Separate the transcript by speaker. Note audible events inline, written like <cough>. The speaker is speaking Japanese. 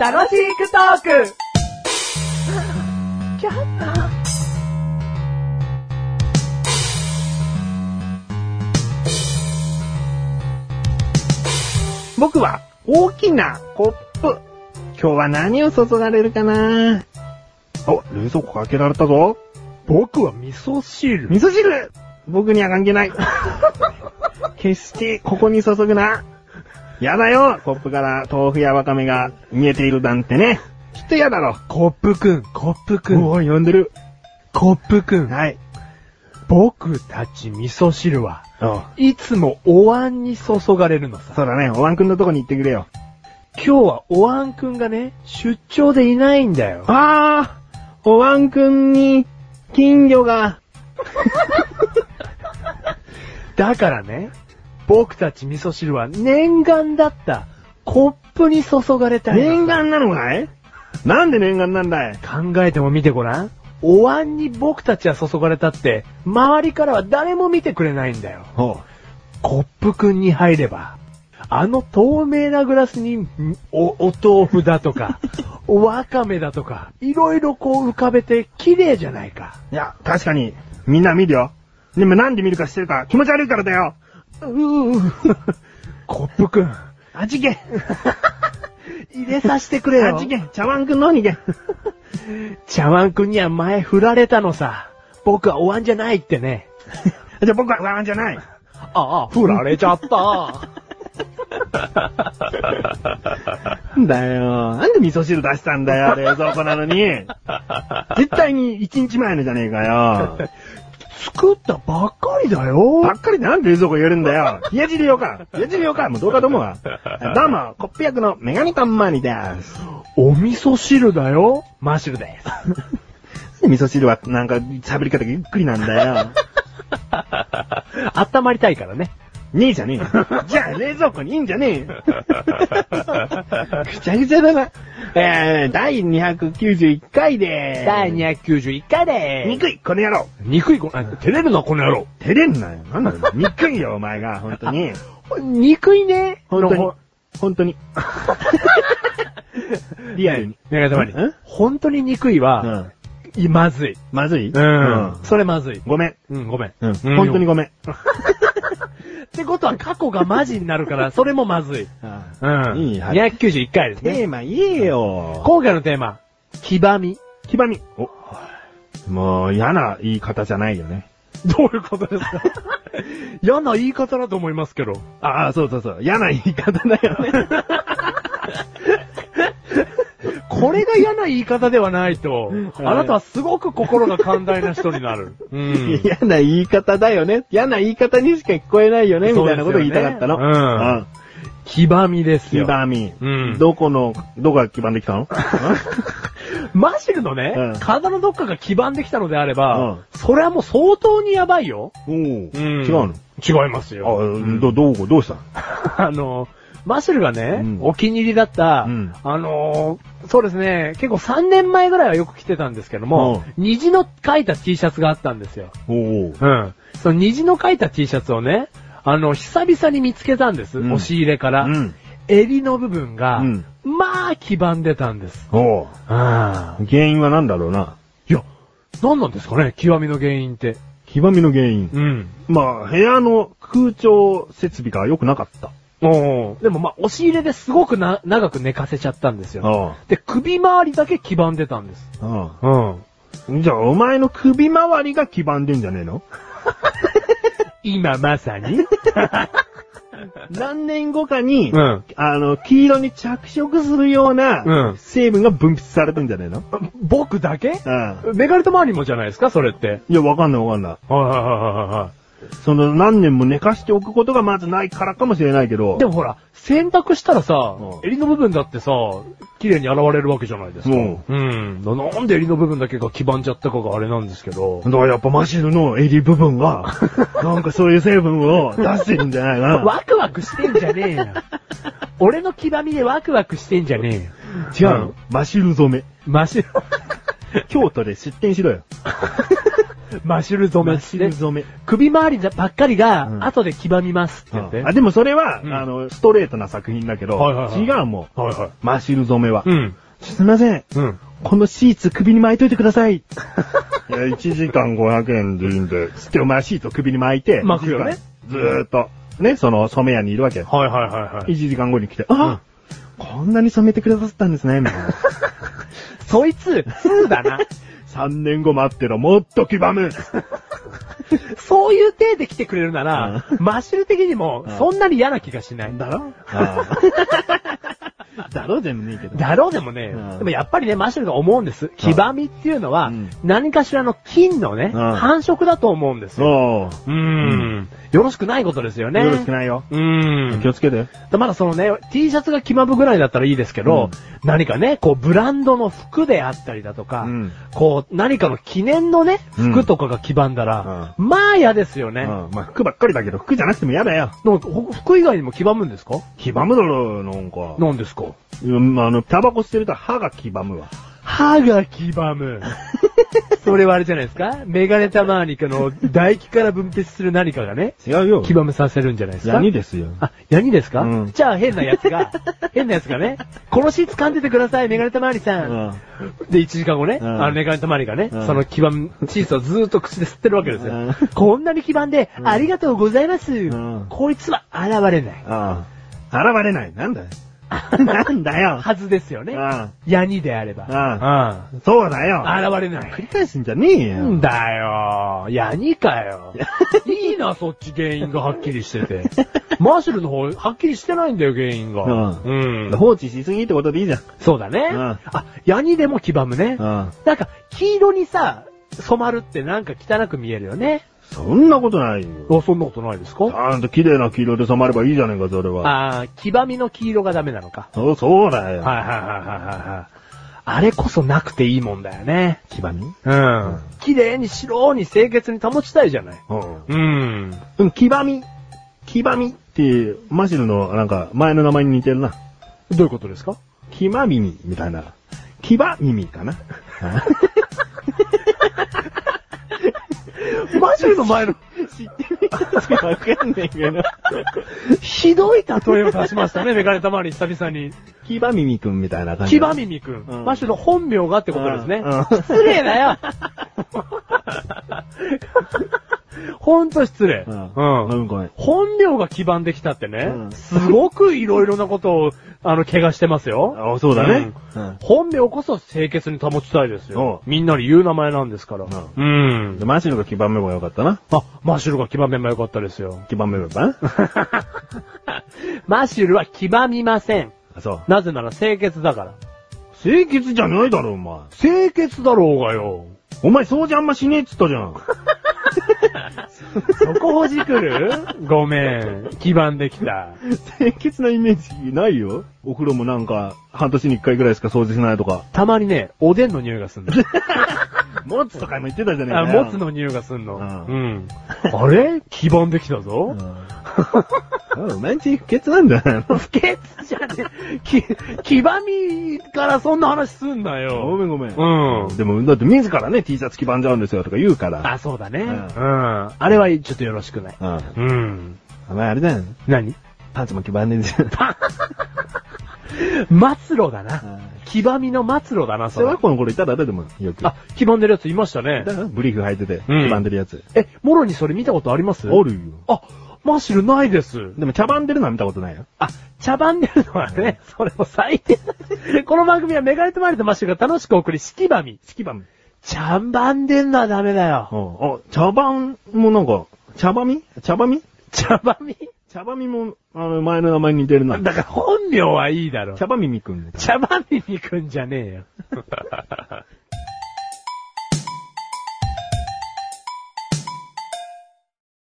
Speaker 1: 楽しくトーク
Speaker 2: 僕は大きなコップ。今日は何を注がれるかなお、冷蔵庫開けられたぞ。
Speaker 3: 僕は味噌汁。
Speaker 2: 味噌汁僕には関係 <laughs> ない。決してここに注ぐな。やだよ、コップから豆腐やわかめが見えているなんてね。きっとやだろ。
Speaker 3: コップくん、コップくん、
Speaker 2: おい、呼んでる。
Speaker 3: コップくん。
Speaker 2: はい。
Speaker 3: 僕たち味噌汁は、
Speaker 2: おう
Speaker 3: いつもお椀に注がれるのさ。
Speaker 2: そうだね、おわんくんのとこに行ってくれよ。
Speaker 3: 今日はお椀くんがね、出張でいないんだよ。
Speaker 2: あー、おわんくんに金魚が。
Speaker 3: だからね、僕たち味噌汁は念願だったコップに注がれたいのさ。
Speaker 2: 念願なのかいなんで念願なんだい
Speaker 3: 考えても見てごらん。お椀に僕たちは注がれたって、周りからは誰も見てくれないんだよ。
Speaker 2: ほ
Speaker 3: コップくんに入れば、あの透明なグラスに、んお、お豆腐だと <laughs> か、おわかめだとか、いろいろこう浮かべて綺麗じゃないか。
Speaker 2: う。いや、確かに、みんな見るよ。でもなんで見るか知ってるか気持ち悪いからだよ。うー。
Speaker 3: コップくん、
Speaker 2: あちげ。
Speaker 3: <laughs> 入れさせてくれ
Speaker 2: あ
Speaker 3: よ
Speaker 2: ち。げ。茶碗くんのに <laughs> げ。
Speaker 3: 茶碗くんには前振られたのさ。僕はお椀じゃないってね。
Speaker 2: じゃあ僕はワンじゃない。
Speaker 3: ああ、振られちゃった。
Speaker 2: だよ。なんで味噌汁出したんだよ、冷蔵庫なのに。 <laughs> 絶対に1日前のじゃねえかよ。
Speaker 3: <laughs> 作ったばっかりだよ。
Speaker 2: ばっかりでなんで冷蔵庫入れるんだよ。冷や汁よか。冷や汁よか。もうどうかと思うわ。どうも、コップ役のメガネたんまりです。
Speaker 3: お味噌汁だよ。マッシュルです。
Speaker 2: 味噌汁はなんか喋り方がゆっくりなんだよ。
Speaker 3: <laughs> 温まりたいからね。
Speaker 2: ねえじゃ <laughs> ねえよ。じゃあ冷蔵庫にいいんじゃ <laughs> ねえよ。ぐちゃぐちゃだな。えー、第291回でーす。
Speaker 3: 291回で
Speaker 2: 憎い、この野郎。
Speaker 3: 憎いこ、あ照れるな、この野郎。
Speaker 2: 照れんなよ。なんだよ。憎いよ、お前が。本当に。
Speaker 3: 憎いね。
Speaker 2: 本当に。本 <laughs> 当に。リアルに。
Speaker 3: メガネたまり
Speaker 2: ん。
Speaker 3: 本当に憎いうは、
Speaker 2: ん。
Speaker 3: いまずい。
Speaker 2: まずい
Speaker 3: うん。それまずい。
Speaker 2: ごめん。
Speaker 3: うん、ごめん。
Speaker 2: うん。本当に
Speaker 3: ご
Speaker 2: ごめん。
Speaker 3: めん。ってことは過去がマジになるから、それもまずい。うん。
Speaker 2: いいはい
Speaker 3: 291回ですね。
Speaker 2: テーマ言えよ。
Speaker 3: 今回のテーマ、黄ばみ。
Speaker 2: 黄ばみ。お。もう、嫌な言い方じゃないよね。
Speaker 3: どういうことですか <laughs> 嫌な言い方だと思いますけど。
Speaker 2: ああ、そうそうそう。嫌な言い方だよね。
Speaker 3: これが嫌な言い方ではないと、あ
Speaker 2: はい
Speaker 3: なたはすごく心が寛大な人になる。
Speaker 2: <laughs>
Speaker 3: うん。
Speaker 2: 嫌な言い方だよね。嫌な言い方にしか聞こえないよね、み
Speaker 3: そう
Speaker 2: た
Speaker 3: です
Speaker 2: いなこ
Speaker 3: よね
Speaker 2: とを言いたかったの。
Speaker 3: うん
Speaker 2: うん。
Speaker 3: 黄ばみです
Speaker 2: 黄
Speaker 3: よ。
Speaker 2: ばみ。
Speaker 3: うん
Speaker 2: どこの、どこが黄ばんできたの
Speaker 3: マシルのね、
Speaker 2: うん
Speaker 3: 体のどっかが黄ばんできたのであれば、
Speaker 2: うん
Speaker 3: それはもう相当にやばいよ。
Speaker 2: おー違うの
Speaker 3: 違いますよ。
Speaker 2: あ、ど、どう、どうした
Speaker 3: あの、マシルがね、
Speaker 2: うん
Speaker 3: お気に入りだった、
Speaker 2: うん
Speaker 3: あのーそうですね、結構3年前ぐらいはよく着てたんですけども、虹の描いた T シャツがあったんですよ。
Speaker 2: おお。
Speaker 3: うん。その虹の描いた T シャツをね、あの、久々に見つけたんです。
Speaker 2: うん
Speaker 3: 押し入れから。
Speaker 2: うん。
Speaker 3: 襟の部分が、
Speaker 2: うん
Speaker 3: まあ、黄ばんでたんです。
Speaker 2: おう
Speaker 3: ああ。
Speaker 2: 原因は何だろうな。
Speaker 3: いや、何なんですかね、極みの原因って。
Speaker 2: 黄ばみの原因。
Speaker 3: うん。
Speaker 2: まあ、部屋の空調設備が良くなかった。
Speaker 3: おでもまあ、押し入れですごくな、長く寝かせちゃったんですよ。
Speaker 2: あ
Speaker 3: で、首周りだけ黄ばんでたんです。
Speaker 2: あ。
Speaker 3: うん。
Speaker 2: じゃあ、お前の首周りが黄ばんでんじゃねえの
Speaker 3: 今まさに
Speaker 2: 何年後かに、
Speaker 3: <laughs> うん。
Speaker 2: あの、黄色に着色するよう
Speaker 3: う
Speaker 2: なん成分が分泌されてんじゃねえの、
Speaker 3: 僕だけ
Speaker 2: うん、
Speaker 3: メガネと周りもじゃないですか、それって。
Speaker 2: いや、わかんないわかんない。
Speaker 3: はいはいはいはいは
Speaker 2: その何年も寝かしておくことがまずないからかもしれないけど。
Speaker 3: い。でもほら、洗濯したらさ
Speaker 2: うん、
Speaker 3: 襟の部分だってさ、綺麗に洗われるわけじゃないですか。
Speaker 2: も
Speaker 3: うん。ななんで襟の部分だけが黄ばんじゃったかがあれなんですけど
Speaker 2: う。。だからやっぱマシルの襟部分
Speaker 3: <laughs>
Speaker 2: が、なんかそういう成分を出してるんじゃないかな。
Speaker 3: ワクワクしてんじゃね
Speaker 2: <laughs>
Speaker 3: えよ。俺の黄ばみでワクワクしてんじゃねえよ。
Speaker 2: 違う <laughs> の、マシル染め。
Speaker 3: マシル。
Speaker 2: 京都で出店しろよ。
Speaker 3: マッシュル染め。
Speaker 2: マッシュル染め
Speaker 3: で首周りばっかり
Speaker 2: うん
Speaker 3: が、後で黄ばみますって言って。
Speaker 2: あ、でもそれは、
Speaker 3: うん
Speaker 2: あの、ストレートな作品だけど、
Speaker 3: はいはいはい
Speaker 2: 違うもん。
Speaker 3: はいはい。
Speaker 2: マシル染めは。
Speaker 3: ん。
Speaker 2: すいません。
Speaker 3: うん。
Speaker 2: このシーツ首に巻いといてくだ <laughs> さい。いや、1時間500円でいいんで。つって、お前シート首に巻いて、
Speaker 3: 巻くよね
Speaker 2: 一時間ずーっと、ね、その染め屋にいるわけ。よ
Speaker 3: はいはいはいは
Speaker 2: 1
Speaker 3: い。
Speaker 2: 時間後に来て、あ、こんなに染めてくださったんですね、みたいな。
Speaker 3: そ
Speaker 2: <laughs>
Speaker 3: いつ、2だな。
Speaker 2: 3年後待ってろ、もっと黄ばむ。
Speaker 3: そういう体で来てくれるなら、マッシュル的にも、そんなに嫌な気がしない。
Speaker 2: だろ <laughs> だろでもねえけど。
Speaker 3: だろうでもね、
Speaker 2: うん
Speaker 3: でもやっぱりね、マッシュルが思うんです。黄ばみっていうのは
Speaker 2: うん、
Speaker 3: 何かしらの菌のね、
Speaker 2: うん
Speaker 3: 繁殖だと思うんですよ。
Speaker 2: そう
Speaker 3: ーん。よろしくないことですよ
Speaker 2: う。
Speaker 3: ね。
Speaker 2: よろしくないよ。
Speaker 3: うーん
Speaker 2: 気。をつけてよ。
Speaker 3: でまだそのね、T シャツが決まぶぐらいだったらいいですけど、何かね、こう、ブランドの服であったりだとか、
Speaker 2: うん
Speaker 3: こう、何かの記念のね、
Speaker 2: うん
Speaker 3: 服とかが黄ばんだら、まあ嫌ですよね。
Speaker 2: うんまあ、服ばっかりだけど、服じゃなくても嫌だよ。
Speaker 3: でもほ服以外にも黄ばむんですか
Speaker 2: 黄ばむだろ、なんか。
Speaker 3: なんですか
Speaker 2: うん、あの、タバコ吸ってると歯が黄ばむわ。
Speaker 3: 歯が黄ば <laughs> む。それはあれじゃないですかメガネたまにかの唾液から分泌する何かがね、
Speaker 2: 違うよ
Speaker 3: 黄ばむさせるんじゃないですか
Speaker 2: ヤニですよ。
Speaker 3: あ、ヤニですか、
Speaker 2: うん
Speaker 3: じゃあ変なや
Speaker 2: <laughs>
Speaker 3: つが、変なやつがね、このシーツ噛んでてください、メガネたまわりさん。
Speaker 2: うん
Speaker 3: で、1時間後ね、
Speaker 2: うん
Speaker 3: あのメガネたまわりがね、
Speaker 2: うん
Speaker 3: その黄ばむチーズをずーっと口で吸ってるわけですよ。
Speaker 2: うん
Speaker 3: こんなに黄ばんで、ありがとうございます、
Speaker 2: ん
Speaker 3: こいつは現れない。
Speaker 2: ああ。現れない。なん
Speaker 3: <laughs>
Speaker 2: だよ。なんだよ。
Speaker 3: はずですよね。
Speaker 2: あ
Speaker 3: ヤニであれば。
Speaker 2: あ
Speaker 3: うん
Speaker 2: そうだよ。
Speaker 3: 現れない
Speaker 2: 繰。り返すんじゃねえ
Speaker 3: なん
Speaker 2: よ。
Speaker 3: だよ。ヤニか
Speaker 2: <laughs>
Speaker 3: よ。いいな、そっち原因がはっきりしてて。マーシュルの方、はっきりしてないんだよ、原因が。
Speaker 2: う
Speaker 3: うん。
Speaker 2: 放置しすぎってことでいいじゃん。
Speaker 3: そうだね。
Speaker 2: うん
Speaker 3: あ、ヤニでも黄ばむね。
Speaker 2: ああ
Speaker 3: なんか、黄色にさ、染まるってなんか汚く見えるよね。
Speaker 2: そんなことないよ。
Speaker 3: あ、そんなことないです
Speaker 2: ち
Speaker 3: か
Speaker 2: ゃんと綺麗な黄色で染まればいいじゃねえか、それは。
Speaker 3: ああ、黄ばみの黄色がダメなのか。
Speaker 2: そう、そうだよ。
Speaker 3: はいはいはいはいはい。あれこそなくていいもんだよね。
Speaker 2: 黄ばみ
Speaker 3: うん。綺麗に白に清潔に保ちたいじゃない。
Speaker 2: うん。
Speaker 3: うん。
Speaker 2: うん、黄ばみ。黄ばみって、マシルの、なんか、前の名前に似てるな。
Speaker 3: どういうことですか
Speaker 2: キマ耳みたいな。キバ耳かな。
Speaker 3: マジの前の、
Speaker 2: 知ってるわかんないけど。
Speaker 3: <laughs> ひどい例えを出しましたね、メガネたまり久々に。
Speaker 2: キバ耳くんみたいな感じ。
Speaker 3: キバミミくん。
Speaker 2: うん
Speaker 3: マッシュの本名がってことですね。
Speaker 2: うんうん
Speaker 3: 失礼
Speaker 2: <laughs>
Speaker 3: だよほんと失礼。
Speaker 2: うん。
Speaker 3: うん
Speaker 2: うん、ごめん。
Speaker 3: 本名が基盤できたってね、
Speaker 2: うん
Speaker 3: すごくいろいろなことを、あの、怪我してますよ。
Speaker 2: あ、そうだね。うん。
Speaker 3: 本名こそ清潔に保ちたいですよ。
Speaker 2: う
Speaker 3: みんなに言う名前なんですから。
Speaker 2: う
Speaker 3: うん。
Speaker 2: マシルが黄ばめばよかったな。
Speaker 3: あ、マッシュルが黄ばめばよかったで
Speaker 2: <laughs>
Speaker 3: すよ。
Speaker 2: 黄ばめば
Speaker 3: マッシュルは黄ばみません。
Speaker 2: あ、そう。
Speaker 3: なぜなら清潔だから。
Speaker 2: 清潔じゃないだろ、お前。
Speaker 3: 清潔だろうがよ。
Speaker 2: お前掃除あんましねえっつったじゃん。
Speaker 3: そこほじくるごめん。基盤できた。
Speaker 2: <laughs> 清潔なイメージないよ。お風呂もなんか、半年に一回ぐらいしか掃除しないとか。
Speaker 3: たまにね、おでんの匂いがすんの。
Speaker 2: もつとかも言ってたじゃねえか
Speaker 3: <laughs> あ、
Speaker 2: よ。
Speaker 3: もつの匂いがすんの。
Speaker 2: う
Speaker 3: うんん。あれ基盤できたぞ。
Speaker 2: うん。毎日不潔なんじゃないの
Speaker 3: 不潔じゃねえ。き、黄ばみからそんな話すんな
Speaker 2: ご
Speaker 3: よ。
Speaker 2: めんごめん。
Speaker 3: うん。
Speaker 2: でも、だって自らね、T シャツ黄ばんじゃうんですよとか言うから。
Speaker 3: あ、そうだね。
Speaker 2: う
Speaker 3: うんん。あれはちょっとよろしくない。
Speaker 2: うん。
Speaker 3: うん。
Speaker 2: お前あれだよ。
Speaker 3: <laughs> 何
Speaker 2: パンツも黄ばんでんじゃ
Speaker 3: <laughs>
Speaker 2: ん。
Speaker 3: 末路だ
Speaker 2: う。
Speaker 3: なん黄ばみの末路だな、そ
Speaker 2: 小
Speaker 3: れ
Speaker 2: 学。校の頃いただろ、でも、よく。
Speaker 3: あ、黄ばんでるやついましたね
Speaker 2: だ。からブリーフ履いてて、
Speaker 3: うん
Speaker 2: 黄ばんでるやつ。
Speaker 3: え、もろにそれ見たことあります
Speaker 2: おるよ。
Speaker 3: あ、マッシュルないです。
Speaker 2: でも、茶番でるのは見たことないよ。
Speaker 3: あ、茶番でるのはね、それも最低だ。この番組はメガネとマリとマッシュルが楽しく送り、四季ばみ。
Speaker 2: 四季番。
Speaker 3: 茶番でんのはダメだよ。
Speaker 2: あ、茶番もなんか、茶ばみ茶ばみ
Speaker 3: 茶番み
Speaker 2: 茶ばみも、あの、前の名前に似てるな。
Speaker 3: だから本名はいいだろ。
Speaker 2: 茶ばみみくん。
Speaker 3: 茶番耳くんじゃねえよ。